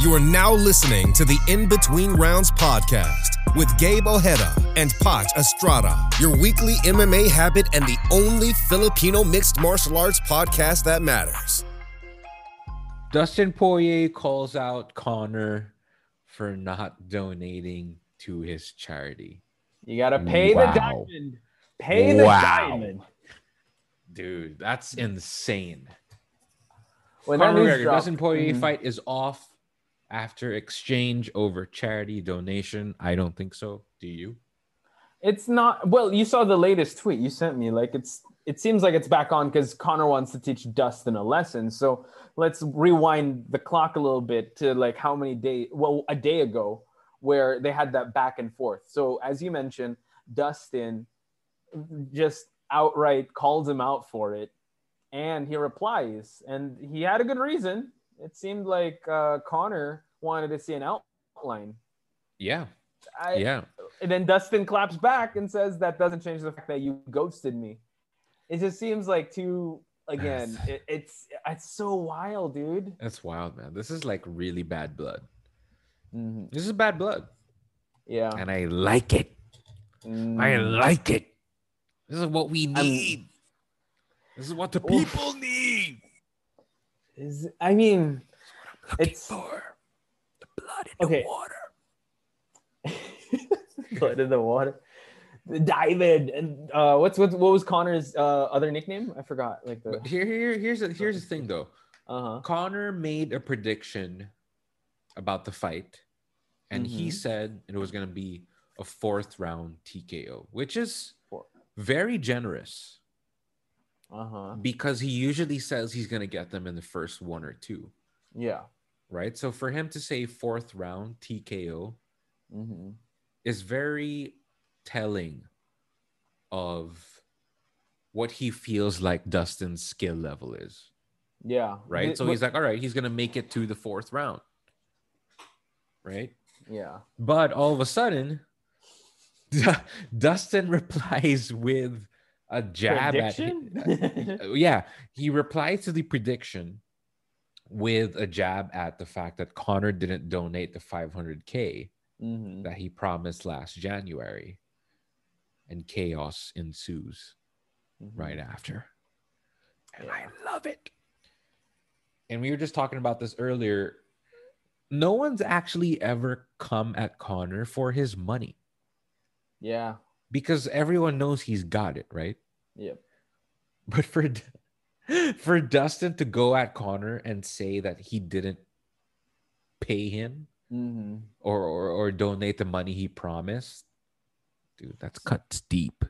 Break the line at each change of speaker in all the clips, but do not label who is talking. You are now listening to the In Between Rounds podcast with Gabe Ojeda and Pot Estrada, your weekly MMA habit and the only Filipino mixed martial arts podcast that matters.
Dustin Poirier calls out Connor for not donating to his charity.
You gotta pay
Wow.
the diamond. Pay the
Wow.
diamond.
Dude, that's insane.
When that
Conor
news
McGregor,
dropped-
Dustin Poirier
Mhm.
fight is off after exchange over charity donation. I don't think so. Do you?
It's not well. You saw the latest tweet you sent me. Like it's it seems like it's back on because Connor wants to teach Dustin a lesson. So let's rewind the clock a little bit to like how many days? Well, a day ago where they had that back and forth. So as you mentioned, Dustin just outright calls him out for it, and he replies, and he had a good reason. It seemed like uh, Connor wanted to see an outline.
Yeah.
I,
Yeah.
and then Dustin claps back and says, "That doesn't change the fact that you ghosted me." It just seems like too. Again, it, it's it's so wild, dude.
That's wild, man. This is like really bad blood. This is bad blood.
Yeah,
And I like it. I
Mm.
like it. This is what we
I'm-
need. This is what the
Oof.
people need.
Is- I mean, it's
For the blood in
Okay.
the water.
put in the water. David and uh, what's what? What was Connor's uh, other nickname? I forgot. Like the
But here, here, here's the, here's the thing though.
uh huh.
Connor made a prediction about the fight, and he
Mhm.
said it was going to be a fourth round TKO, which is
Four.
very generous
Uh huh.
because he usually says he's going to get them in the first one or two,
Yeah.
right? So for him to say fourth round TKO
hmm
is very telling of what he feels like Dustin's skill level is,
Yeah.
right?
Th-
So
what-
he's like, all right, he's going to make it to the fourth round, right?
yeah.
But all of a sudden, Dustin replies with a jab at
Prediction? Mm-hmm.
him. yeah, he replies to the prediction with a jab at the fact that Connor didn't donate the 500k
Mhm.
that he promised last January, and chaos ensues
Mhm.
right after. And
Yeah.
I love it. And we were just talking about this earlier. No one's actually ever come at Connor for his money
Yeah.
because everyone knows he's got it, right?
Yep.
But for D- for Dustin to go at Connor and say that he didn't pay him
hmm
or or, or donate the money he promised, dude, that's cuts deep.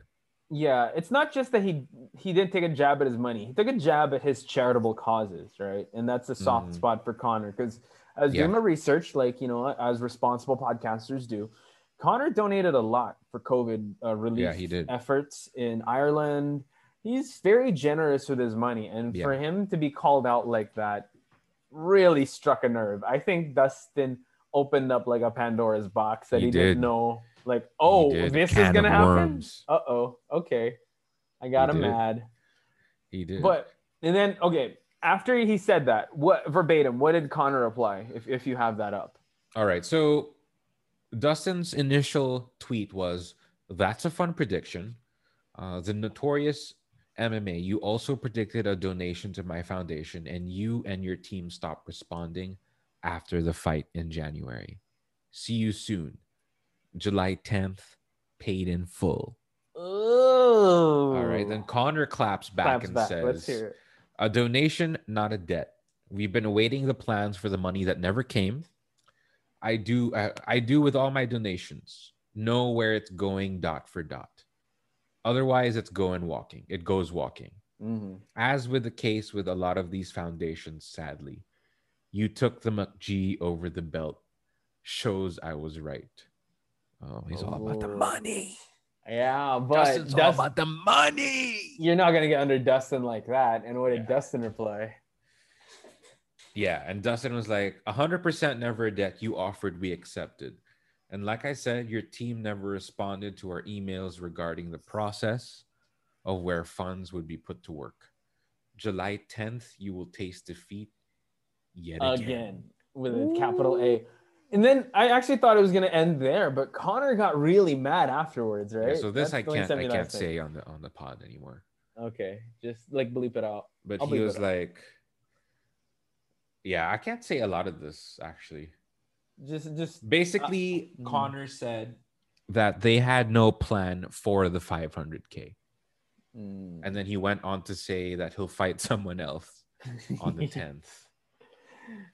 Yeah, it's not just that he he didn't take a jab at his money. He took a jab at his charitable causes, right? And that's a soft
Mhm.
spot for Connor because I was doing
Yeah.
my research, like you know, as responsible podcasters do. Connor donated a lot for COVID uh, relief
Yeah, he did.
efforts in Ireland. He's very generous with his money, and
Yeah.
for him to be called out like that really struck a nerve. I think Dustin opened up like a Pandora's box that
He
he, didn't
did.
know. Like, oh,
did. A
this is
can
gonna
of
happen.
worms.
Uh oh. Okay, I got
He
him
did.
mad.
He did.
But and then okay, after he said that, what verbatim? What did Connor reply? If if you have that up.
All right. So Dustin's initial tweet was that's a fun prediction. Uh, the notorious MMA, you also predicted a donation to my foundation, and you and your team stopped responding after the fight in January. See you soon. July 10th, paid in full.
Oh.
All right. Then Connor claps back
claps
and
back.
says,
Let's hear it.
a donation, not a debt. We've been awaiting the plans for the money that never came. I do I, I do with all my donations. Know where it's going dot for dot. Otherwise it's going walking. It goes walking.
hmm
As with the case with a lot of these foundations, sadly, you took the McG over the belt. Shows I was right. Oh, he's all about the
Oh.
money.
Yeah, but
Justin's all
Dust,
about the money.
you're not gonna get under Dustin like that. And what did
Yeah.
Dustin reply?
Yeah, and Dustin was like, "100% never a debt. You offered, we accepted." And like I said, your team never responded to our emails regarding the process of where funds would be put to work. July 10th, you will taste defeat yet again.
Again. with a capital A. And then I actually thought it was gonna end there, but Connor got really mad afterwards,
Yeah,
right?
so this
That's
I
the only
can't
time
I
he
can't
lasted.
say on the on the pod anymore.
Okay, just like bleep it out.
But
I'll
he
bleep it
was
out.
like, yeah, I can't say a lot of this actually.
Just, just
Basically,
Mm.
Connor said,
that they had no plan for the 500k,
Mm.
and then he went on to say that he'll fight someone else on the 10th.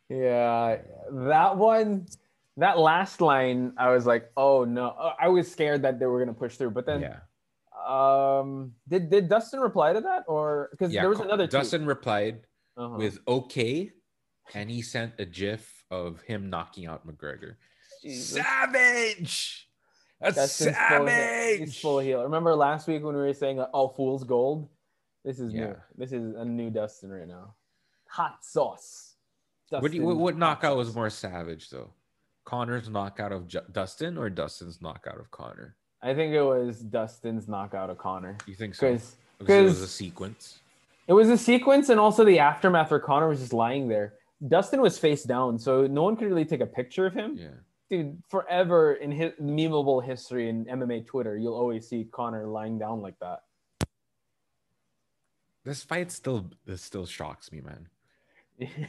Yeah, that one, that last line, I was like, oh no, Uh, I was scared that they were gonna push through. But then,
yeah,
um, did did Dustin reply to that or because
yeah.
there was
Co-
another tweet.
Dustin replied
Uh-huh.
with "Okay," and he sent a GIF of him knocking out McGregor.
Jesus.
Savage. That's
Dustin's full heel. He's
savage.
full heel. Remember last week when we were saying like, "Oh, fool's gold"? This is
Yeah.
new. This is a new Dustin right now. Hot sauce.
What, do you, what,
Dustin,
what
hot
knockout
sauce.
was more savage though? Connor's knockout of Ju- Dustin or Dustin's knockout of Connor?
I think it was Dustin's knockout of Connor
You think so?
because
Because it was a
'cause-
sequence.
it was a sequence and also the aftermath where Connor was just lying there. Dustin was face down, so no one could really take a picture of him.
Yeah.
Dude, forever in his memeable history in MMA Twitter, you'll always see Connor lying down like that.
This fight still this still shocks me, man.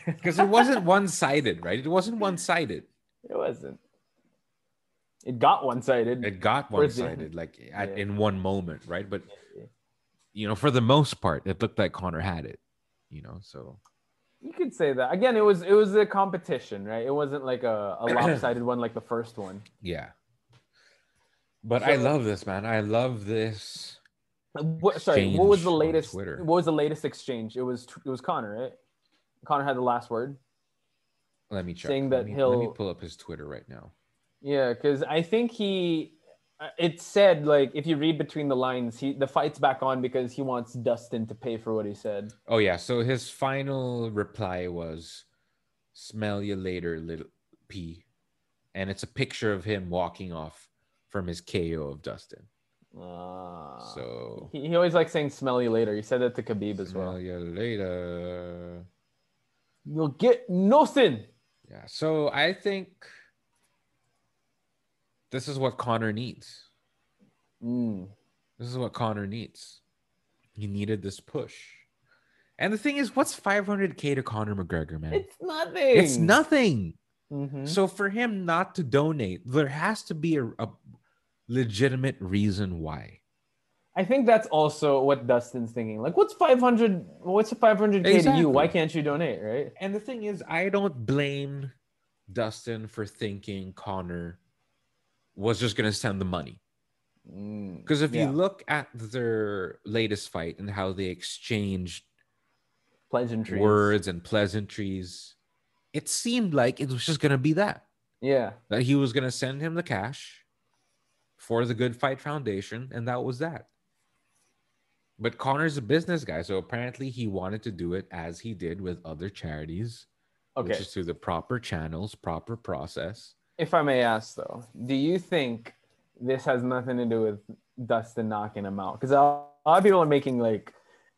Because it wasn't one sided, right? It wasn't one sided.
It wasn't. It got one sided.
It got
Or
one
is it-
sided, like at,
Yeah.
in one moment, right? But you know, for the most part, it looked like Connor had it. You know, so
You could say that. Again, it was it was a competition, right? It wasn't like a, a lopsided one like the first one.
yeah. But I
So-
love this, man. I love this.
Uh, What, sorry, what was
Exchange
the
on
latest?
Twitter.
What was the latest exchange? It was it was Connor, right? Connor had the last word.
Let me check.
Saying
Let
that
me- let me
he'll-
pull up his Twitter right now.
Yeah, because I think he. uh, It said like if you read between the lines, he the fight's back on because he wants Dustin to pay for what he said.
Oh yeah, so his final reply was smell you later, little P. And it's a picture of him walking off from his KO of Dustin.
Uh,
so
he, he always likes saying "smell you later." He said that to Khabib as
smell
well.
you later.
You'll get nothing.
Yeah. So I think this is what Connor needs.
Mm.
This is what Connor needs. He needed this push. And the thing is, what's 500k to Connor McGregor, man?
It's nothing.
it's nothing.
Mhm.
So for him not to donate, there has to be a, a legitimate reason why.
I think that's also what Dustin's thinking. Like, what's 500? What's a 500K to
Exactly.
you? Why can't you donate, right?
And the thing is, I don't blame Dustin for thinking Connor was just going to send the money. Because if
Mm, Yeah.
you look at their latest fight and how they exchanged
Pleasantries.
words and pleasantries, it seemed like it was just going to be that.
Yeah.
That he was going to send him the cash for the Good Fight Foundation, and that was that. But Connor's a business guy, so apparently he wanted to do it as he did with other charities,
Okay.
which is through the proper channels, proper process.
If I may ask, though, do you think this has nothing to do with Dustin knocking him out? Because a lot of people are making like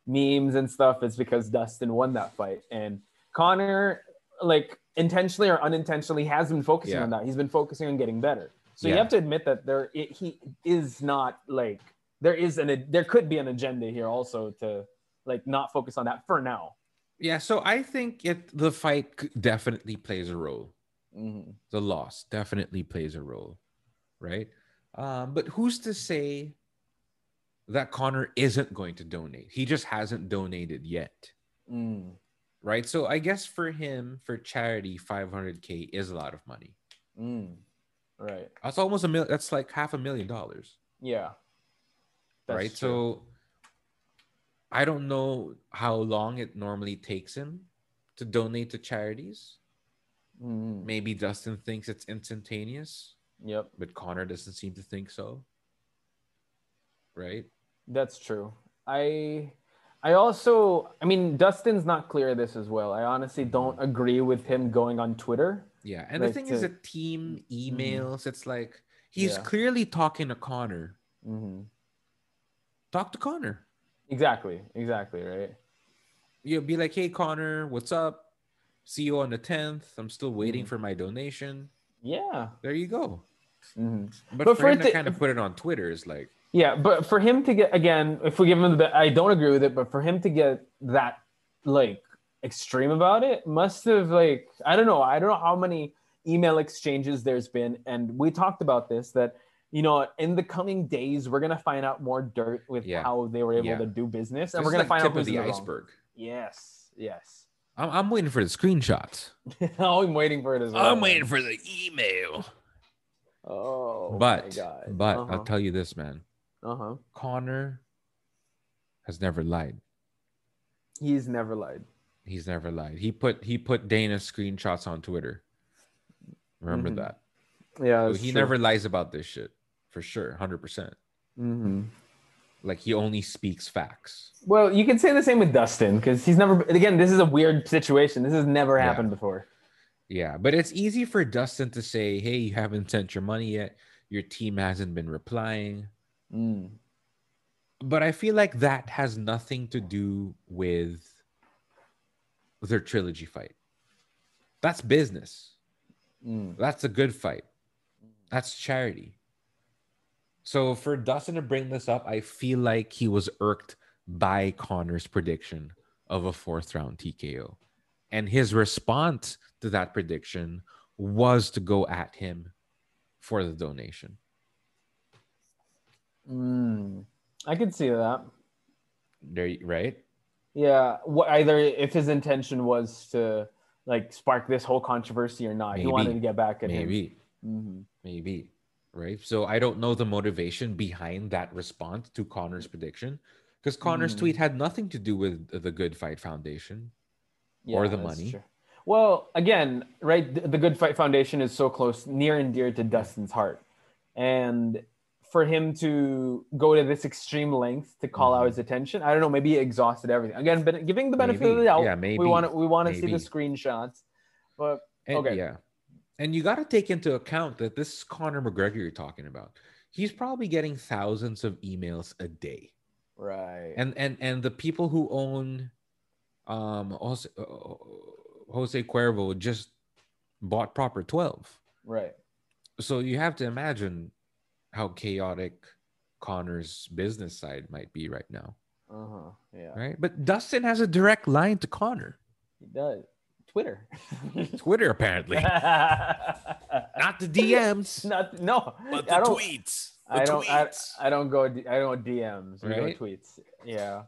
memes and stuff. It's because Dustin won that fight. And Connor, like, intentionally or unintentionally, has been focusing
Yeah.
on that. He's been focusing on getting better. So
Yeah.
you have to admit that there it, he is not like there is an there could be an agenda here also to like not focus on that for now.
Yeah, so I think it the fight c- definitely plays a role. The loss definitely plays a role, right? Um, but who's to say that Connor isn't going to donate? He just hasn't donated yet. Mm-hmm.
Mm.
right? So I guess for him, for charity, 500k is a lot of money.
Mm. Right.
That's almost a mil. That's like half a million dollars,
Yeah. That's
right? So
true.
I don't know how long it normally takes him to donate to charities.
Mm.
Maybe Dustin thinks it's instantaneous,
Yep.
but Connor doesn't seem to think so, right?
That's true. I I also I mean Dustin's not clear of this as well. I honestly don't agree with him going on Twitter.
Yeah, and the
Like
thing
to-
is, the team emails. It's like he's
Mm-hmm. Yeah.
clearly talking to Connor.
Mhm.
Talk to Connor.
Exactly. Exactly. Right.
you'll be like, "Hey Connor, what's up? See you on the 10th. I'm still waiting
Mm.
for my donation.
Yeah.
There you go.
Mhm.
But,
But
for,
for
him
it
to
to-
kind of put it on Twitter is like,
Yeah, but for him to get again, if we give him the, be- I don't agree with it, but for him to get that like extreme about it must have like I don't know, I don't know how many email exchanges there's been, and we talked about this that you know in the coming days we're gonna find out more dirt with
Yeah.
how they were able
Yeah.
to do business, and
this
we're
is
gonna
like
find
tip
out who's
of the
in wrong.
iceberg.
Yes, yes.
I'm, I'm waiting for the screenshots.
oh, I'm waiting for it as well.
I'm waiting for the email.
Oh,
but
my God.
but
uh-huh.
I'll tell you this, man.
uh-huh.
Connor has never lied.
He's never lied.
He's never lied. He put he put Dana's screenshots on Twitter. Remember
Mhm.
that.
Yeah,
So
that's
he
true.
never lies about this shit for sure, hundred percent.
Mhm.
Like he only speaks facts.
Well, you can say the same with Dustin because he's never. Again, this is a weird situation. This has never
Yeah.
happened before.
Yeah, but it's easy for Dustin to say, "Hey, you haven't sent your money yet. Your team hasn't been replying." Mm, But I feel like that has nothing to do with their trilogy fight. That's business. That's a good fight. That's charity. So for Dustin to bring this up, I feel like he was irked by Connor's prediction of a fourth round TKO. And his response to that prediction was to go at him for the donation.
Mm. I could see that.
There, you- right?
Yeah. What, either if his intention was to like spark this whole controversy or not,
Maybe.
he wanted to get back at him.
Maybe,
Mhm.
maybe, right? So I don't know the motivation behind that response to Connor's prediction because Connor's
Mm.
tweet had nothing to do with the Good Fight Foundation. Or the
that's
money.
Well, again, right? th- The Good Fight Foundation is so close, near and dear to Dustin's heart, and for him to go to this extreme length to call
Mhm.
out his attention, I don't know. Maybe he exhausted everything. Again, but giving the benefit of the
Maybe.
doubt.
Yeah, maybe.
we want to we want to see
Maybe.
the screenshots, but
And,
Okay.
Yeah. And you got to take into account that this is Conor McGregor you're talking about. He's probably getting thousands of emails a day.
right.
And and and the people who own um Jose, uh, Jose Cuervo just bought proper 12.
right.
So you have to imagine how chaotic Connor's business side might be right now,
Uh huh. Yeah.
right? But Dustin has a direct line to Connor.
He does. Twitter.
Twitter apparently. Not the DMs,
Not no.
but
I
the
don't.
tweets. The
I don't. I,
tweets.
I don't go. D- I don't DMs. We
Right?
go tweets. Yeah.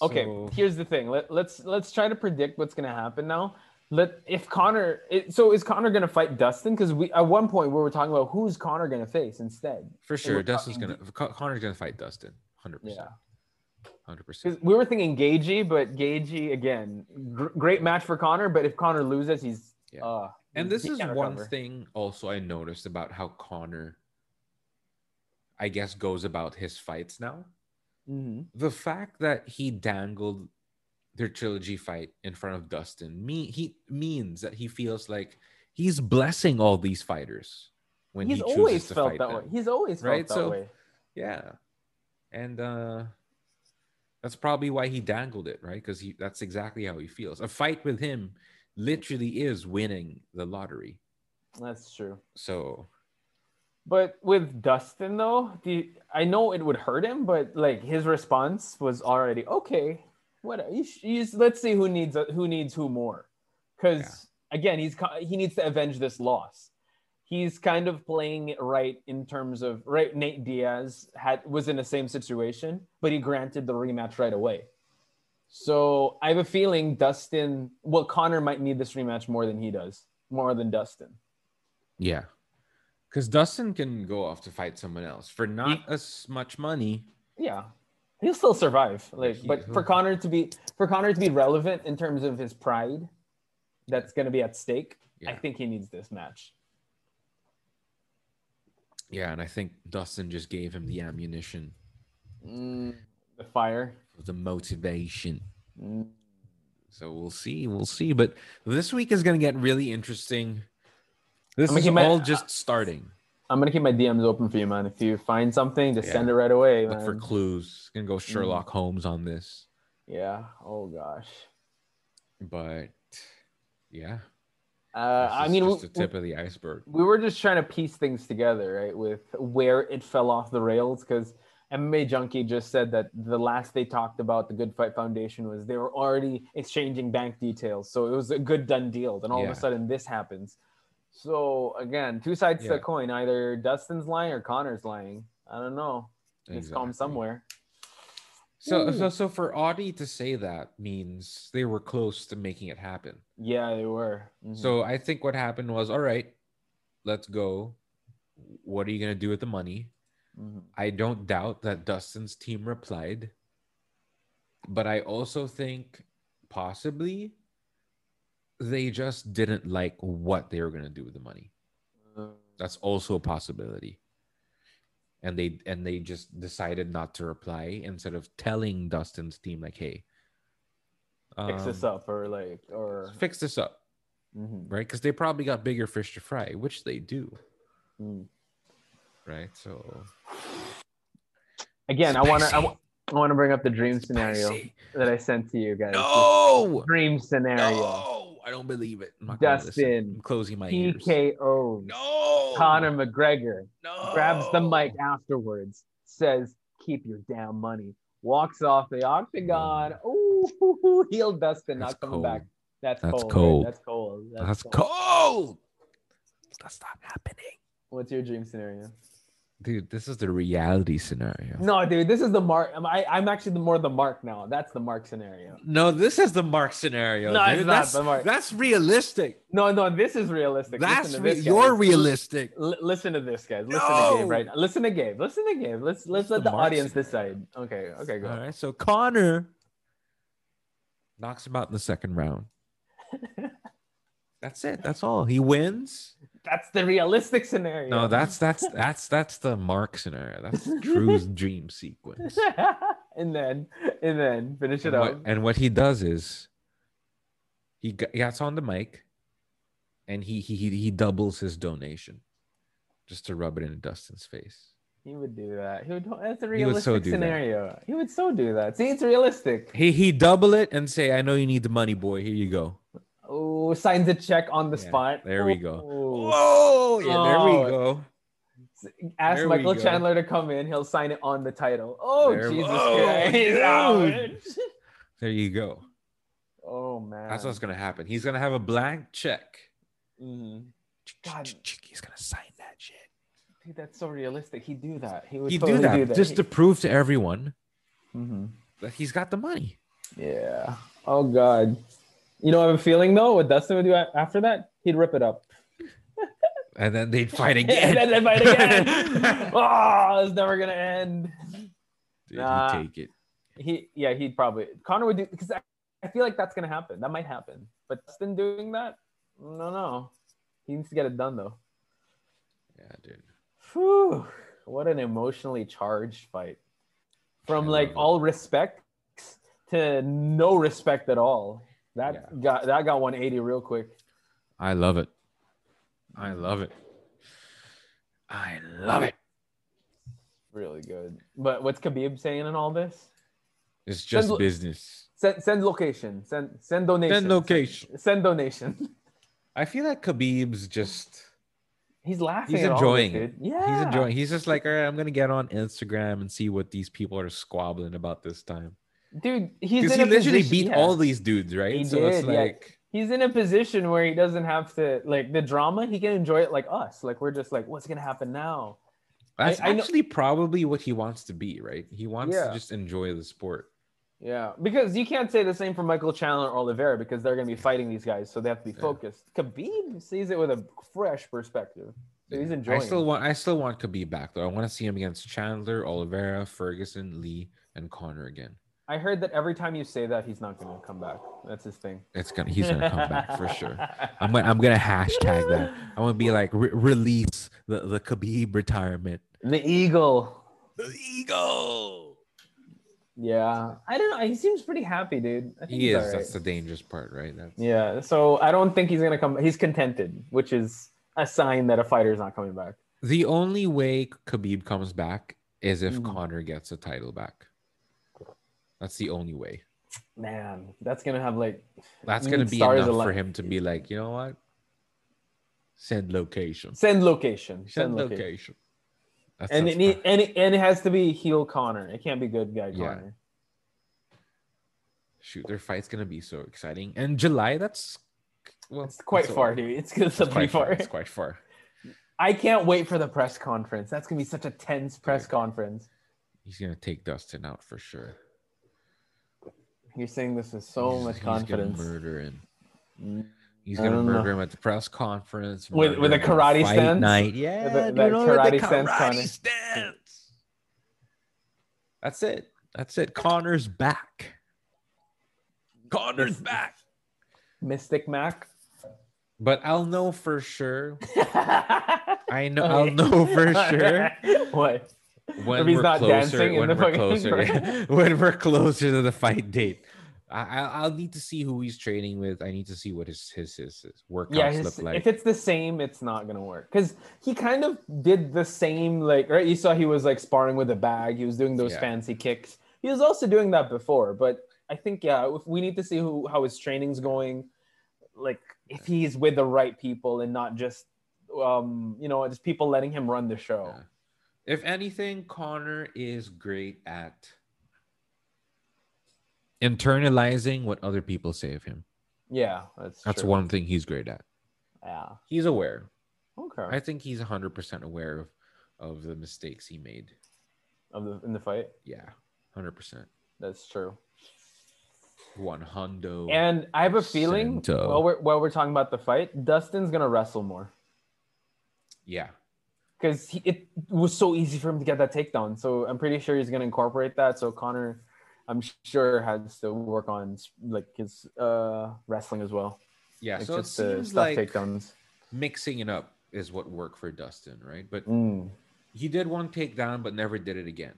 Okay.
So-
Here's the thing. Let, let's let's try to predict what's gonna happen now. Let if Connor. It, so is Connor gonna fight Dustin? Because we at one point we were talking about who's Connor gonna face instead.
For sure,
we're
Dustin's
talking
gonna Con- Connor's gonna fight Dustin, hundred
Yeah.
percent, hundred percent.
Because we were thinking Gagey, but Gagey again, gr- great match for Connor. But if Connor loses, he's
Yeah.
uh,
And this
he
is
can't
one
recover.
thing also I noticed about how Connor, I guess, goes about his fights now.
Mhm.
The fact that he dangled their trilogy fight in front of Dustin me he means that he feels like he's blessing all these fighters when
He's
he chooses
always
to
felt
fight
that
them.
way. He's always felt
Right?
that
So-
way.
Yeah. And uh that's probably why he dangled it, right? Because he that's exactly how he feels. A fight with him literally is winning the lottery.
That's true.
So
But with Dustin though, the I know it would hurt him, but like his response was already okay. What you, sh- you just, let's see who needs who needs who more, because again he's co- he needs to avenge this loss. He's kind of playing it right in terms of right. Nate Diaz had was in the same situation, but he granted the rematch right away. So I have a feeling Dustin, well, Connor might need this rematch more than he does, more than Dustin.
yeah. Cause Dustin can go off to fight someone else for not as much money.
yeah he'll still survive like
he-
but for
he'll-
connor to be for connor to be relevant in terms of his pride that's going to be at stake i
Yeah.
think he needs this match
Yeah, and I think Dustin just gave him the ammunition,
the fire
the motivation.
Mm.
So we'll see, we'll see. But this week is gonna get really interesting. This
gonna
is
keep my-
all just starting.
i'm going to keep my dms open for you man if you find something just
Yeah.
send it right away
Look for
man.
clues. Gonna go
hmm.
Sherlock Holmes on this.
yeah oh gosh
but Yeah.
Uh,
That's
I
just-
mean,
just
we-
the tip of the iceberg.
we were just trying to piece things together, right? With where it fell off the rails, because MMA Junkie just said that the last they talked about the Good Fight Foundation was they were already exchanging bank details, so it was a good done deal. Then all
Yeah.
of a sudden, this happens. So again, two sides to
Yeah.
the coin: either Dustin's lying or Connor's lying. I don't know. It's gone
Exactly.
somewhere.
So, so,
Ooh.
so for Audi to say that means they were close to making it happen.
Yeah, they were. Mhm.
So I think what happened was, all right, let's go. What are you gonna do with the money?
Mhm.
I don't doubt that Dustin's team replied, but I also think possibly they just didn't like what they were gonna do with the money. That's also a possibility. And they and they just decided not to reply instead of telling Dustin's team like, "Hey,
fix this
um,
up, or like, or
Fix this up,
Mhm.
right? Because they probably got bigger fish to fry, which they do,
Mm.
right? So
again, I want to. I,
Spicy.
wa- I want to bring up the dream scenario.
Spicy.
that I sent to you guys.
No,
Dream scenario.
no, I don't believe it. I'm not gonna listen.
Dustin.
I'm closing my ears.
TKO.
No,
Conor McGregor
no.
grabs the mic afterwards, says, "Keep your damn money." Walks off the octagon.
Mm.
Ooh, heel Dustin
That's
not coming
cold.
back. That's,
That's
cold. right?
cold.
That's cold. That's,
That's
cold.
cold. That's not happening,
What's your dream scenario?
dude. This is the reality scenario.
No, dude, this is the mark. I'm, I, I'm actually the more the mark now. That's the mark scenario.
No, this is the Mark scenario.
No,
dude.
it's not
that's,
the Mark.
that's realistic.
No, no, this is realistic.
That's
Listen to
re-
this,
you're
guys.
realistic.
L- listen to this, guys. Listen to
No!
Gabe, right? Listen to Gabe. Listen to Gabe. Let's let's
It's
let
the
the,
Marx
audience decide. Okay, okay, go.
All right, so Connor knocks him out in the second round. that's it. That's all. He wins.
That's the realistic scenario.
No, that's that's that's that's the Mark scenario. That's Drew's dream sequence.
and then and then finish it
and what,
up.
and what he does is he g- gets on the mic and he, he he he doubles his donation just to rub it in Dustin's face.
He would do that. He would. That's a
He would
realistic
so do that.
scenario. He would so do that. See, it's realistic.
He he double it and say, "I know you need the money, boy. Here you go."
Oh, signs a check on the
Yeah,
spot.
there we go.
Oh.
Whoa! Yeah, there we
Oh,
go.
Ask
there we
Michael
go.
Chandler to come in. He'll sign it on the title. Oh
There we-
Jesus
Oh,
Christ!
There you go.
oh man.
That's what's gonna happen. He's gonna have a blank check.
Mhm. God.
He's gonna sign that shit.
Dude, that's so realistic. He'd do that. He would
He'd
totally
do that,
He-
just to prove to everyone
Mhm.
that he's got the money.
Yeah. Oh God. You know, I have a feeling though. What Dustin would do a- after that, he'd rip it up.
And then they'd fight
and then
again.
they fight again. oh, it's never gonna end.
Dude,
Nah.
he'd take it.
He, yeah, he'd probably Connor would do because I, I feel like that's gonna happen. That might happen. But Dustin doing that, no, no. He needs to get it done though.
Yeah, dude.
Whew. What an emotionally charged fight. From
I
like
love it.
all respect to no respect at all. That
Yeah.
got that got 180 real quick.
I love it. I love it. I love it.
Really good. But what's Khabib saying in all this?
It's just
lo-
business.
Send send location. Send send donation.
Then location.
Send donation.
I feel like Khabib's just
He's laughing.
He's
at all this,
enjoying it.
dude. Yeah.
he's enjoying. He's just like, all right, I'm gonna get on Instagram and see what these people are squabbling about this time.
Dude, he's
Because
in
he
a
literally
position-
beat
yeah.
all these dudes, right?
He
so it's
did, yeah.
like,
He's in a position where he doesn't have to like the drama. He can enjoy it like us. Like we're just like, what's gonna happen now?
that's
I know-
actually probably what he wants to be, right? He wants to
Yeah.
just enjoy the sport.
Yeah, because you can't say the same for Michael Chandler or Oliveira because they're going to be fighting these guys, so they have to be
Yeah.
focused. Khabib sees it with a fresh perspective, so he's
Yeah.
enjoying.
I still
it.
want I still want Khabib back though. I want to see him against Chandler, Oliveira, Ferguson, Lee, and Connor again.
I heard that every time you say that, he's not going to come back. That's his thing.
It's gonna he's gonna come back for sure. I'm gonna I'm gonna hashtag that. I want to be like re- release the the Khabib retirement.
The eagle.
The eagle.
Yeah, I don't know. He seems pretty happy, dude. I think
He
he's
is.
all
That's the
right.
dangerous part, right? That's
Yeah, so I don't think he's going to come. He's contented, which is a sign that a fighter is not coming back.
the only way Khabib comes back is if
Mhm.
Connor gets a title back. That's the only way.
Man, that's gonna have like
That's
We
gonna
need
be
Mm, stars
enough for
aligned.
him to be like, you know what? Send location.
send location,
Send
send
location.
location,
That
and
sounds
it need,
perfect.
and it, and it has to be heel Connor. It can't be good guy
Yeah.
Connor.
shoot, their fight's gonna be so exciting. And July, that's well,
It's quite
that's a-
far, dude. It's gonna
It's
pretty
quite far.
far.
It's quite far.
I can't wait for the press conference. That's gonna be such a tense press conference.
He's gonna take Dustin out for sure.
You're saying this with so
He's-
much
he's
confidence.
Gonna murder him.
Mm.
He's
I
gonna
don't know.
murder him at the press conference
With-
murder
with a
him on
karate
fight
stance?
Night. Yeah,
With a-
dude,
that
oh, with the
karate stance, Connor.
stance. That's it. That's it. Connor's back. Connor's back.
Mystic Mac.
But I'll know for sure.
I'll
I know. I'll know for sure.
what?
when
If he's
we're
not
closer,
dancing in
when
the
we're
fucking
closer,
crowd.
yeah. when we're closer to the fight date, I, I- I'll need to see who he's training with. I need to see what his his his, his workouts
Yeah, his-
look like.
if it's the same, it's not gonna work. Cause he kind of did the same, like right. You saw he was like sparring with a bag. He was doing those
Yeah.
fancy kicks. He was also doing that before, but I think yeah, if we need to see who how his training's going. Like if he's with the right people and not just um you know just people letting him run the show.
Yeah. If anything, Connor is great at internalizing what other people say of him.
Yeah, that's
That's
true.
one thing he's great at.
Yeah.
He's aware.
Okay.
I think he's 100% aware of of the mistakes he made.
of the in the fight.
Yeah, 100%.
That's true.
One hundo.
And I have a feeling
Santo.
while we're while we're talking about the fight, Dustin's gonna wrestle more
yeah.
because it was so easy for him to get that takedown. So I'm pretty sure he's gonna incorporate that. So Connor, I'm sure has to work on like his uh wrestling as well.
Yeah,
Like,
so it
just the
seems
stuff
like
takedowns.
mixing it up is what worked for Dustin, right? But
Mm.
he did one takedown, but never did it again.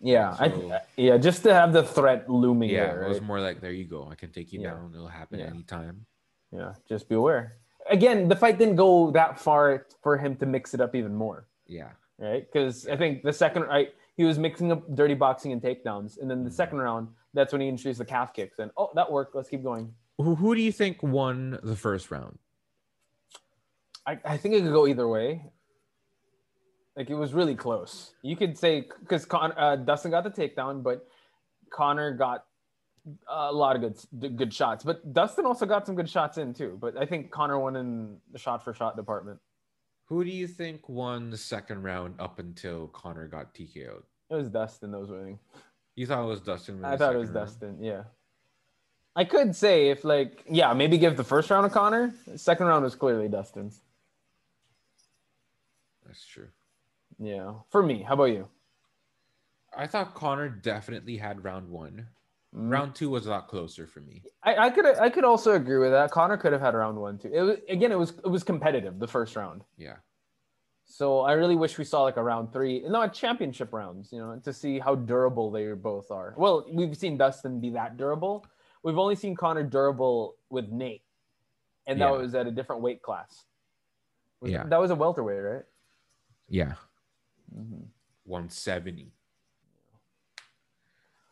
Yeah, I
So-
yeah, just to have the threat looming
Yeah,
there,
it was
right?
more like, there you go. I can take you
Yeah.
down. It'll happen
Yeah.
anytime.
yeah, just be aware. Again, the fight didn't go that far for him to mix it up even more.
Yeah.
right? Because I think the second right he was mixing up dirty boxing and takedowns, and then the second round that's when he introduced the calf kicks, and oh that worked. Let's keep going.
Who, who do you think won the first round?
I, I think it could go either way. Like it was really close. You could say because Con- uh, Dustin got the takedown, but Connor got a lot of good good shots. But Dustin also got some good shots in too. But I think Connor won in the shot for shot department.
Who do you think won the second round up until Connor got TKO'd?
It was Dustin that was winning.
You thought it was Dustin. in
I
the
thought it was
second round?
Dustin. Yeah. I could say if like yeah maybe give the first round to Connor. The second round was clearly Dustin's.
That's true.
Yeah, for me. How about you?
I thought Connor definitely had round one.
Mm.
Round two was a lot closer for me.
I, I could I could also agree with that. Connor could have had round one too. It was again it was it was competitive the first round.
Yeah.
So I really wish we saw like a round three, no a championship rounds, you know, to see how durable they both are. Well, we've seen Dustin be that durable. We've only seen Connor durable with Nate, and that
Yeah.
was at a different weight class. Was-
Yeah.
that was a welterweight, right?
Yeah. Mm-hmm.
Mhm.
170.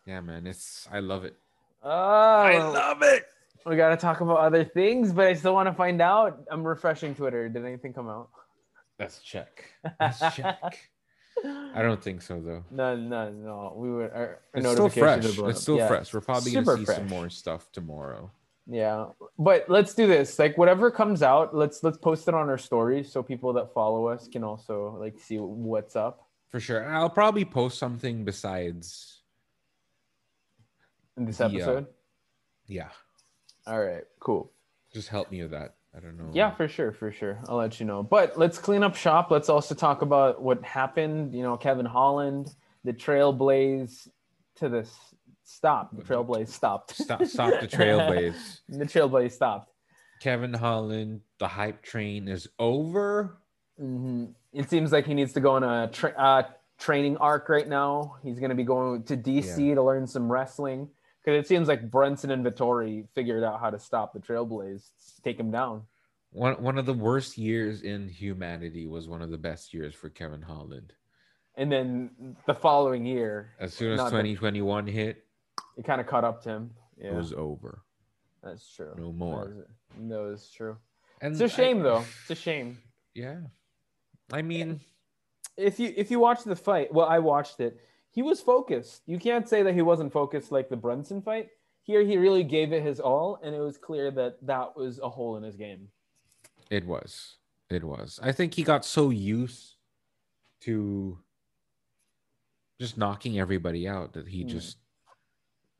Yeah, man. It's, I love it.
Oh,
it.
we gotta talk about other things, but I still want to find out. I'm refreshing Twitter. Did anything come out?
Let's check. Let's check. I don't think so though.
No, no, no. We were er, our, our
It's still fresh.
notifications are blown
It's
up.
still
yeah.
fresh. We're probably
Super
gonna see some
fresh.
more stuff tomorrow.
Yeah, but let's do this. Like whatever comes out, let's let's post it on our stories so people that follow us can also like see what's up
For sure. And I'll probably post something besides
in this
Yeah.
episode.
yeah.
All right, cool.
Just help me with that. I don't know.
Yeah, for sure, for sure. I'll let you know. But let's clean up shop. Let's also talk about what happened. You know, Kevin Holland, the trailblaze to this stop. The trailblaze stopped.
Stop stop the trailblaze.
the trailblaze stopped.
Kevin Holland, the hype train is over.
hmm It seems like he needs to go on a tra- uh, training arc right now. He's going to be going to DC to learn some wrestling because it seems like Brunson and Vittori figured out how to stop the trailblaze, take him down.
One one of the worst years in humanity was one of the best years for Kevin Holland.
And then the following year,
As soon as
Not the-
2021 hit,
it kind of caught up to him. Yeah,
It was over.
that's true.
No
That
more.
is- No, it's true.
And
It's a
I-
shame though. It's a shame.
Yeah. I mean,
If you if you watch the fight, well, I watched it. He was focused. You can't say that he wasn't focused like the Brunson fight. Here, he really gave it his all, and it was clear that that was a hole in his game.
it was. It was. I think he got so used to just knocking everybody out that he
Hmm.
just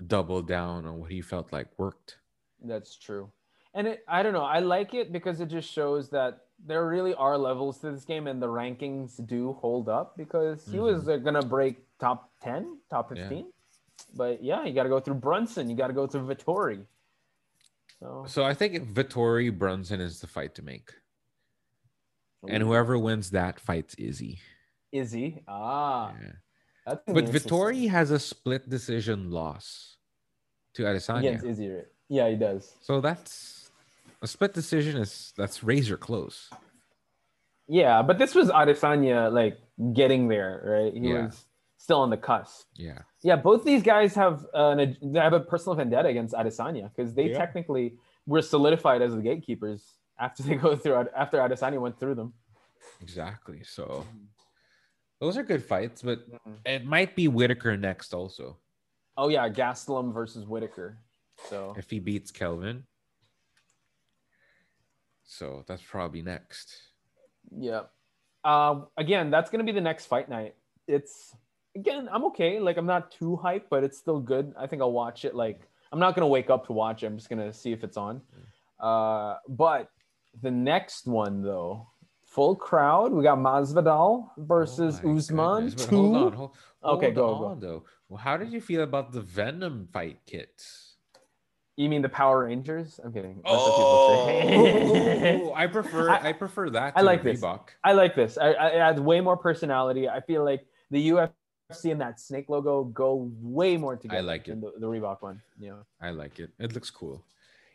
doubled down on what he felt like worked.
That's true. And it, I don't know. I like it because it just shows that there really are levels to this game and the rankings do hold up because he was uh, going to break top 10, top
Mm-hmm. Yeah.
15. But yeah, you got to go through Brunson. You got to go through Vittori. So,
So I think Vittori Brunson is the fight to make. And whoever wins that fight's Izzy.
Izzy. Ah.
Yeah.
That's
But
gonna be
Vittori has a split decision loss to
interesting.
Adesanya.
against Izzy, right? Yeah, he does.
So that's a split decision is that's razor close.
Yeah, but this was Adesanya like getting there, right? He
Yeah.
was still on the cusp.
Yeah.
Yeah, both these guys have uh, an, they have a personal vendetta against Adesanya because they
Yeah.
technically were solidified as the gatekeepers after they go through Ad- after Adesanya went through them.
Exactly. So
Mm.
those are good fights, but it might be Whitaker next also
Oh yeah, Gastelum versus Whitaker. So
if he beats Kelvin. So that's probably next.
yeah, uh, again, that's gonna be the next fight night. It's again, I'm okay. Like I'm not too hyped, but it's still good. I think I'll watch it. Like I'm not gonna wake up to watch. it. I'm just gonna see if it's on. Uh, but the next one though, full crowd. We got Masvidal versus
Oh my
Usman.
goodness, but
Two.
Hold on. Hold,
Okay,
hold
go, go.
on though. Well, how did you feel about the Venom fight kits?
You mean the Power Rangers? I'm kidding. That's
Oh,
what people say.
I prefer
I-
I, prefer that.
I
to
like
the
this.
Reebok.
I like this. I, I, it adds way more personality. I feel like the UFC and that snake logo go way more together.
like
than the, the Reebok one. Yeah.
I like it. It looks cool.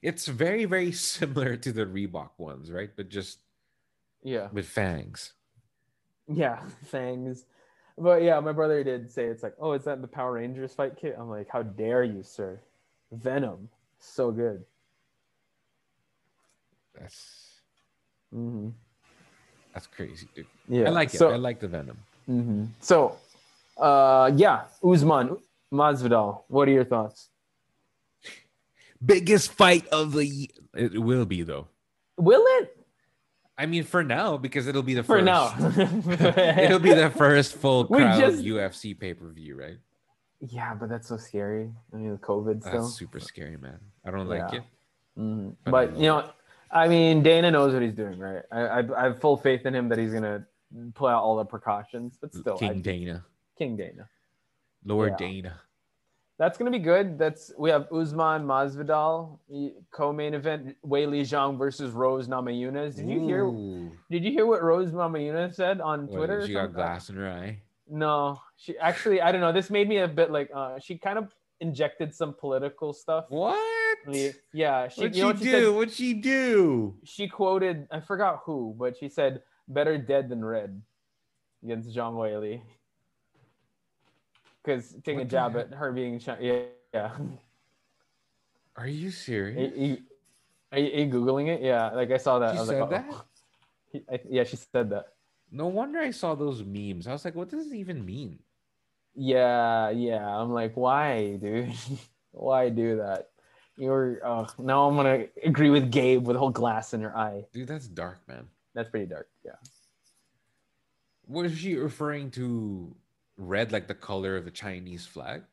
It's very very similar to the Reebok ones, right? But just
Yeah.
with fangs.
Yeah. Fangs. But yeah, my brother did say it's like, oh, is that the Power Rangers fight kit? I'm like, how dare you, sir? Venom, so good.
That's
hmm
that's crazy, dude.
Yeah.
I like it.
So,
I like the Venom.
mhm. so, uh, yeah, Usman Masvidal. What are your thoughts?
Biggest fight of the year. It will be though.
Will it
I mean, for now, because it'll be the
for
first.
now?
it'll be the first full
We
crowd
just-
UFC pay per view, right?
Yeah, but that's so scary. I mean, with COVID
That's
still.
super scary, man. I don't like
Yeah.
it.
Mhm.
I
But
don't
you know, I mean, Dana knows what he's doing, right? I, I, I have full faith in him that he's gonna pull out all the precautions. But still,
King
I-
Dana,
King Dana.
Lord
Yeah.
Dana.
That's gonna be good. That's we have Usman Masvidal y- co-main event. Weili Zhang versus Rose Namajunas. Did you hear?
Ooh.
Did you hear what Rose Namajunas said on
What,
Twitter? or
She got
something?
glass in her eye.
No, she actually. I don't know. This made me a bit like. Uh, she kind of injected some political stuff.
What?
Yeah, she.
What'd
you
she
know what she said?
do? What'd she do?
she quoted I forgot who, but she said better dead than red against John Whaley. Cause taking
What
a
the
jab
heck?
at her being shot. Yeah, yeah.
Are you
Are
serious?
you, are you- are you googling it? Yeah, like I saw that.
She
uh, I was
said
like,
that?
"Uh-oh." I, yeah, she said that.
No wonder I saw those memes. I was like, what does this even mean?
Yeah, yeah. I'm like, why, dude? why do that? You're uh, now I'm gonna agree with Gabe with a whole glass in her eye.
Dude, that's dark, man.
That's pretty dark. Yeah.
Was she referring to red like the color of the Chinese flag?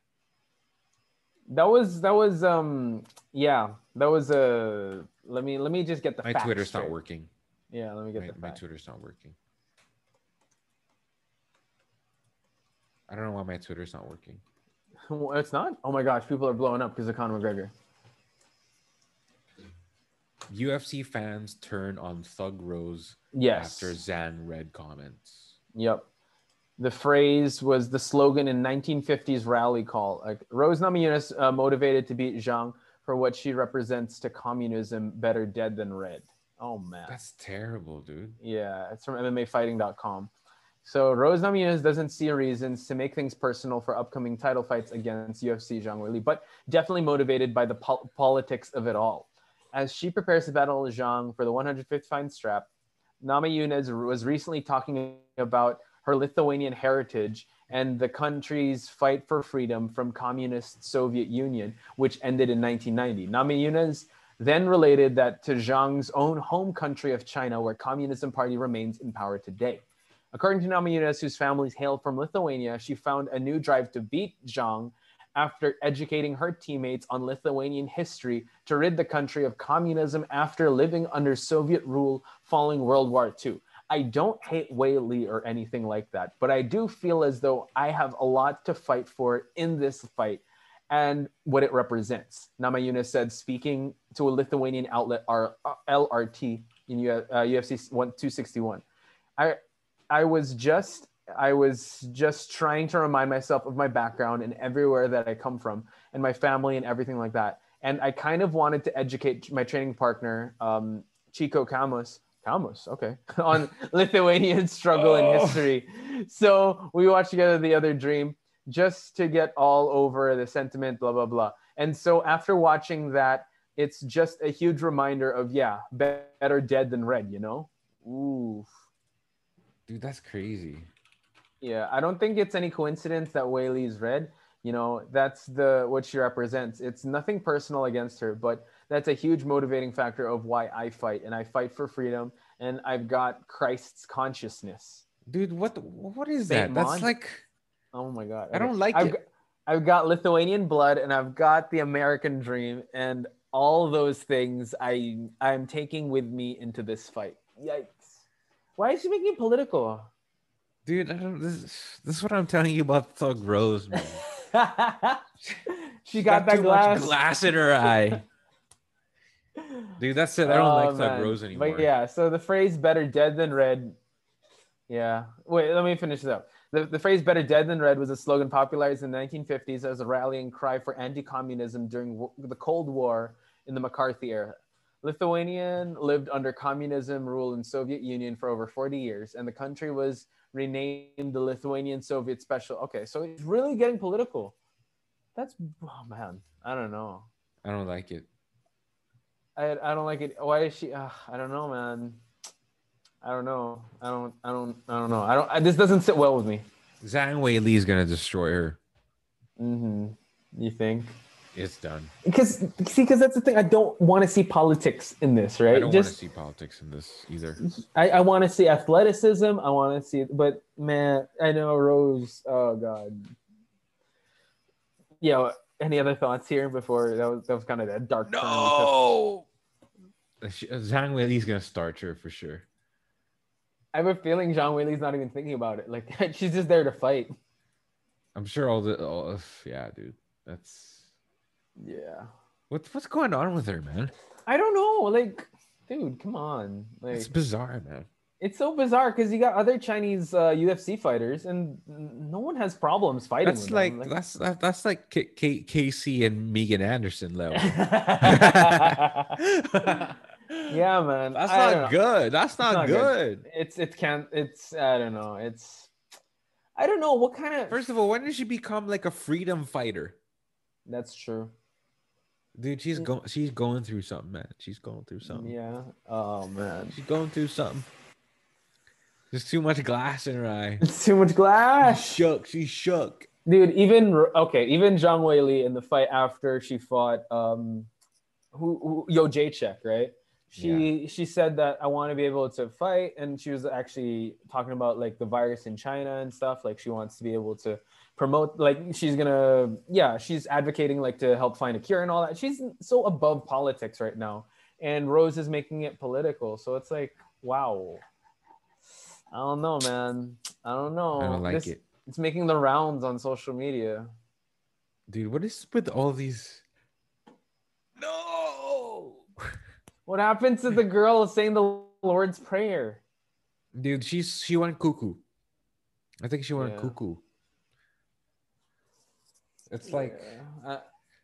That was that was um yeah that was uh, let me let me just get the
My
facts
Twitter's not
straight.
working.
Yeah, let me get
My,
the
my
facts.
Twitter's not working. I don't know why my Twitter's not working.
Well, It's not. Oh my gosh, people are blowing up because of Conor McGregor.
UFC fans turn on Thug Rose
Yes.
after Zan read comments.
Yep. The phrase was the slogan in 1950s rally call. Like Rose Namajunas uh, motivated to beat Zhang for what she represents to communism, better dead than red. Oh man.
That's terrible, dude.
Yeah, it's from MMAfighting.com. So Rose Namajunas doesn't see reasons to make things personal for upcoming title fights against UFC Zhang Weili, but definitely motivated by the pol- politics of it all. As she prepares to battle Zhang for the 105th fine strap, Namajunas was recently talking about her Lithuanian heritage and the country's fight for freedom from communist Soviet Union, which ended in 1990. Namajunas then related that to Zhang's own home country of China, where Communism Party remains in power today. According to Namajunas, whose families hail from Lithuania, she found a new drive to beat Zhang after educating her teammates on Lithuanian history to rid the country of communism after living under Soviet rule following World War II. I don't hate Whaley or anything like that, but I do feel as though I have a lot to fight for in this fight and what it represents. Namayuna said, speaking to a Lithuanian outlet, R- LRT, in U- uh, UFC 1- 261. I, I was just I was just trying to remind myself of my background and everywhere that I come from and my family and everything like that. And I kind of wanted to educate my training partner, um, Chico Camus, Camus, okay, on Lithuanian struggle and history. So we watched together The Other Dream just to get all over the sentiment, blah, blah, blah. And so after watching that, it's just a huge reminder of, yeah, better dead than red, you know? Ooh.
Dude, that's crazy.
Yeah, I don't think it's any coincidence that Whaley is red. You know, that's the what she represents. It's nothing personal against her, but that's a huge motivating factor of why I fight and I fight for freedom and I've got Christ's consciousness.
Dude, what what is
Saint
that?
Mon?
That's like
Oh my god.
I don't like
I've,
it.
g- I've got Lithuanian blood and I've got the American dream and all those things I I'm taking with me into this fight. Yikes. Why is she making it political?
Dude, I don't, this, is- this is what I'm telling you about Thug Rose, man.
she got that
too
glass.
much glass in her eye. Dude, that's it. I don't like
Oh,
Thug
man.
Rose anymore.
But yeah, so the phrase better dead than red. Yeah. Wait, let me finish this up. The, the phrase better dead than red was a slogan popularized in the 1950s as a rallying cry for anti communism during wo- the Cold War in the McCarthy era. Lithuanian lived under communism rule in Soviet Union for over 40 years, and the country was renamed the Lithuanian Soviet Special. Okay, so it's really getting political. That's, oh man, I don't know.
I don't like it.
I I don't like it. Why is she? Uh, I don't know, man. I don't know. I don't. I don't. I don't know. I don't. I, this doesn't sit well with me.
Zhang Wei Li is going to destroy her.
Mm-hmm. You think?
It's done.
Because see, because that's the thing. I don't want to see politics in this,
I
right?
don't want to
Just
see politics in this either.
I, I want to see athleticism. I want to see, but man, I know Rose. Oh God. Yeah. Any other thoughts here before that was that was kind of a dark. turn we took.
She- uh, Zhang Wei Li's going to starch her for sure.
I have a feeling John Whaley's not even thinking about it. Like she's just there to fight.
I'm sure all the. All, of- yeah, dude. That's.
Yeah.
What's, what's going on with her, man?
I don't know. Like, dude, come on. Like,
It's
it's,
bizarre, man.
so bizarre because you got other Chinese uh, UFC fighters, and n- no one has problems fighting.
That's
with
like,
them.
that's that, that's like K- K- Casey and Megan Anderson level. yeah,
yeah, man.
that's
I don't
not
know.
good. That's not,
not
good.
good. It's it can't. It's I don't know. It's I don't know what kind of.
First of all, when did she become like a freedom fighter?
That's true.
Dude, she's
Mm.
going she's going through something, man. She's going through something.
Yeah. Oh man.
She's going through something. There's too much glass in her eye.
It's too much glass.
She shook. She shook.
dude even okay even Zhang Weili in the fight after she fought um who, who Yo Jacek right she she said that I want to be able to fight and she was actually talking about like the virus in China and stuff like she wants to be able to promote like she's gonna yeah she's advocating like to help find a cure and all that she's so above politics right now and Rose is making it political so it's like wow I don't know man I don't know
I don't like
Oh, This-
it.
it's making the rounds on social media.
Dude, what is with all these? No.
What happened to the girl saying the Lord's Prayer?
Dude, she's she went cuckoo. I think she went
Yeah.
cuckoo. It's like
Yeah.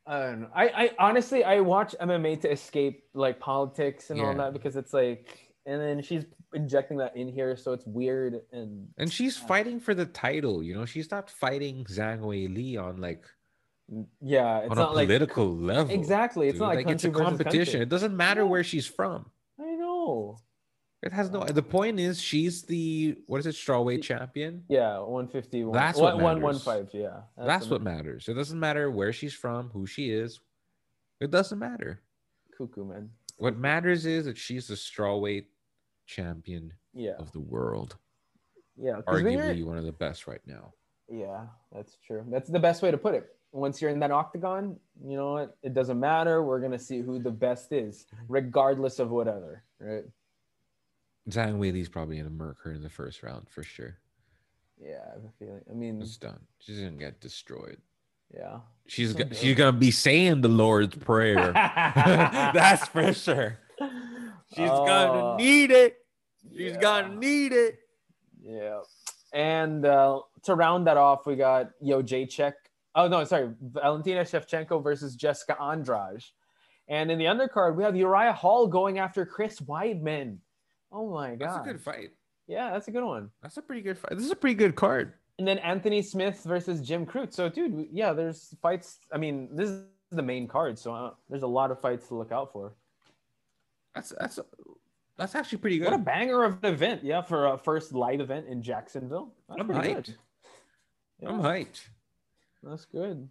I, I don't know. I, I honestly I watch MMA to escape like politics and all
Yeah.
that because it's like and then she's injecting that in here, so it's weird and
And she's fighting for the title, you know. She's not fighting Zhang Wei Li on like
yeah, it's
on a
not like
political level.
exactly. It's
dude.
not like,
it's a
country versus
competition. It
country.
doesn't matter
Yeah.
where she's from.
I know.
It has no. The point is, she's the what is it? Strawweight champion.
Yeah, 150. one-
That's what
one-
matters.
115, Yeah,
That's what matters. It doesn't matter where she's from, who she is. It doesn't matter.
Cuckoo man.
What matters is that she's the strawweight champion
Yeah,
of the world,
yeah. 'cause when you're-
arguably one of the best right now.
Yeah, that's true. That's the best way to put it. Once you're in that octagon, you know what? It doesn't matter. We're gonna see who the best is, regardless of what other, right?
Zhang Weili's probably gonna murk her in the first round for sure.
Yeah, I have a feeling. I mean,
It's done. She's gonna get destroyed.
yeah.
She's
So
go-
dope.
she's gonna be saying the Lord's prayer. That's for sure. She's gonna
Oh,
need it. She's
yeah.
gonna need it.
Yeah. And uh, to round that off, we got Yo Jacek. Oh no, sorry, Valentina Shevchenko versus Jessica Andrade. And in the undercard, we have Uriah Hall going after Chris Weidman. Oh my
That's
god.
a good fight.
yeah, that's a good one.
That's a pretty good fight. This is a pretty good card.
And then Anthony Smith versus Jim Crute. So, dude, yeah, there's fights. I mean, this is the main card, so uh, there's a lot of fights to look out for.
That's that's that's actually pretty good.
What a banger of an event, yeah, for a first light event in Jacksonville. That's
I'm
pretty
hyped.
good.
I'm
Yeah,
hyped.
That's good.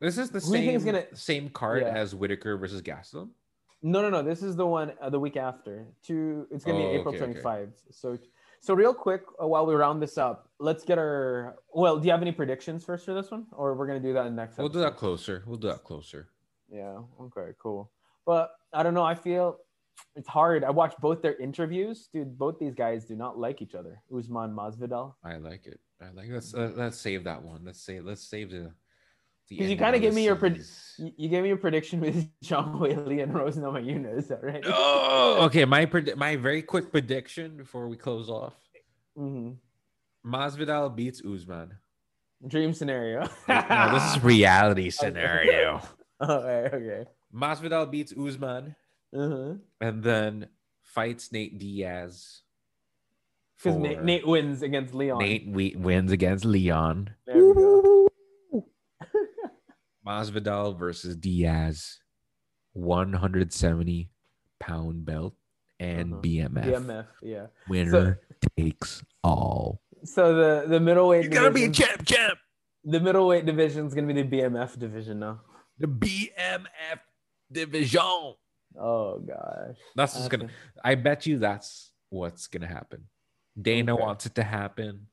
This is the
Who do you
same
think is gonna-
same card
Yeah.
as Whitaker versus Gastelum.
No, no, no. This is the one uh, the week after. Two. It's gonna
Oh,
be April
okay, okay.
twenty five. So, so real quick, uh, while we round this up, let's get our. Well, do you have any predictions first for this one, or we're gonna do that in the next?
We'll do
episode?
that closer. We'll do that closer.
Yeah. Okay. Cool. But I don't know. I feel it's hard. I watched both their interviews, dude. Both these guys do not like each other. Usman Masvidal.
I like it. I like it. Let's uh, let's save that one. Let's save let's save the. the
'Cause you
end
kinda
of
gave
the
me your pred-
series.
You, you gave me your prediction with John Whaley and Rose Namajunas, is that right?
Oh, okay. My pred- my very quick prediction before we close off:
hmm
Masvidal beats Usman.
Dream scenario.
No, this is reality scenario.
okay. Okay. Mm-hmm.
Masvidal beats Usman
Because
and then fights Nate Diaz. for-
Nate, Nate wins against Leon.
Nate we- wins against Leon.
There we go.
Masvidal versus Diaz, 170 pound belt and
Uh-huh.
BMF.
DMF. Yeah.
Winner takes all.
So the the middleweight. division-
champ, champ.
The middleweight division is gonna be the BMF division now.
The BMF division.
Oh gosh.
That's just gonna. I bet you that's what's gonna happen. Dana
Okay.
wants it to happen.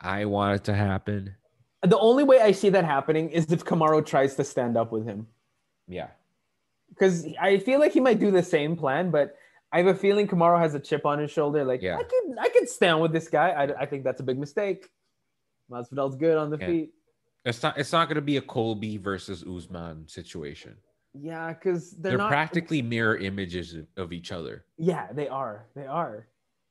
I want it to happen.
The only way I see that happening is if Camaro tries to stand up with him.
Yeah.
Because I feel like he might do the same plan, but I have a feeling Camaro has a chip on his shoulder. Like,
Yeah.
I can I can stand with this guy. I, I think that's a big mistake. Masvidal's good on the
Yeah.
feet.
It's not. It's not gonna be a Colby versus Usman situation.
Yeah, because they're,
They're,
not
practically mirror images of- of each other.
Yeah, they are. They are.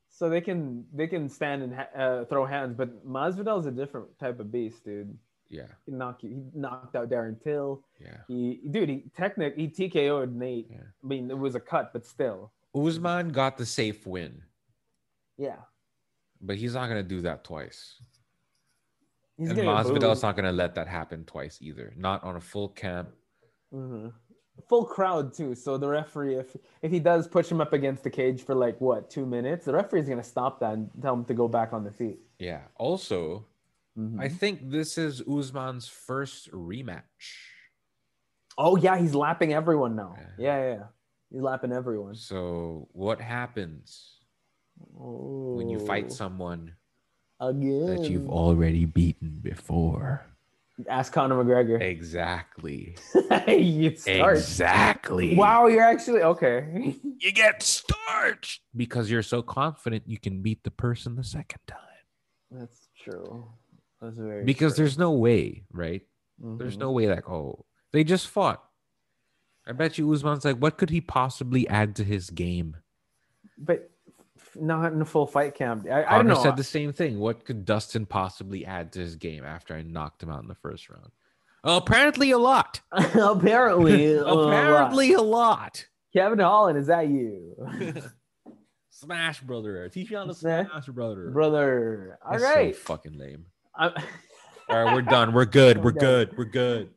So they can they can stand and ha- uh, throw hands, but Masvidal's a different type of beast, dude.
Yeah.
He knock you. He knocked out Darren Till.
Yeah.
He dude. He technic. He TKO'd Nate.
Yeah.
I mean, it was a cut, but still.
Usman got the safe win,
Yeah.
but he's not gonna do that twice.
He's
and Masvidal's not gonna let that happen twice either. Not on a full camp.
hmm Full crowd too. So the referee, if if he does push him up against the cage for like what two minutes, the referee's gonna stop that and tell him to go back on the feet.
Yeah. Also, I
Mhm.
think this is Usman's first rematch.
Oh yeah, he's lapping everyone now.
Yeah.
Yeah, yeah, yeah. he's lapping everyone.
So what happens when you
Oh.
fight someone
again
that you've already beaten before?
ask Conor McGregor.
Exactly.
you start.
Exactly.
Wow, you're actually okay.
You get starched because you're so confident you can beat the person the second time.
That's true. That's very
Because
true.
there's no way, right? There's
Mhm.
no way like, oh, they just fought. I bet you Usman's like, what could he possibly add to his game?
but f- not in a full fight camp. I, I don't
Connor
know.
said the same thing. What could Dustin possibly add to his game after I knocked him out in the first round? apparently a lot.
Apparently, uh, a lot.
apparently a lot.
Kevin Holland, is that you?
Smash Brother. Teach me how to
Smash
Smash Brother.
brother. All
That's
right.
So fucking lame.
I'm-
All right, we're done. We're good.
I'm
We're
done.
good. We're good.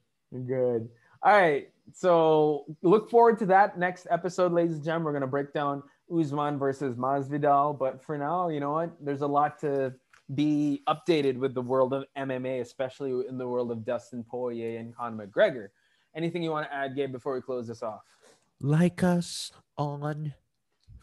Good. All right. So look forward to that next episode, ladies and gentlemen. We're gonna break down Usman versus Masvidal. But for now, you know what? There's a lot to be updated with the world of MMA, especially in the world of Dustin Poirier and Conor McGregor. Anything you want to add, Gabe, before we close this off?
Like us on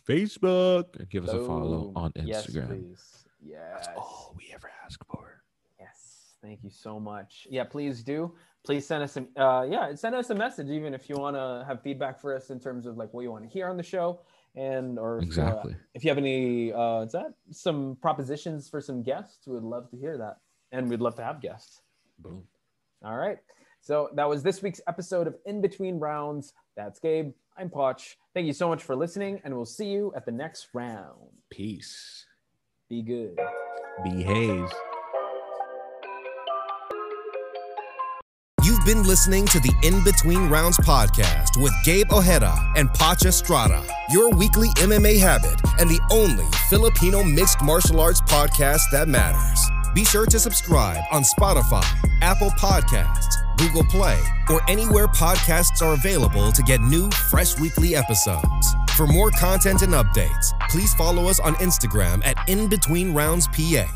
Facebook. And give us a follow
Boom.
on
Yes,
Instagram.
please. Yes.
That's all we ever ask for.
Yes. Thank you so much. Yeah, please do. Please send us some. Uh, yeah, send us a message even if you want to have feedback for us in terms of like what you want to hear on the show, and or if, uh,
Exactly.
if you have any, uh, what's that some propositions for some guests, we'd love to hear that, and we'd love to have guests.
Boom.
All right. So that was this week's episode of In Between Rounds. That's Gabe. I'm Potch. Thank you so much for listening, and we'll see you at the next round.
Peace.
Be good.
Behave.
You've been listening to the In Between Rounds podcast with Gabe Ojeda and Pacha Estrada, your weekly MMA habit and the only Filipino mixed martial arts podcast that matters. Be sure to subscribe on Spotify, Apple Podcasts, Google Play, or anywhere podcasts are available to get new, fresh weekly episodes. For more content and updates, please follow us on Instagram at In Between Rounds PH.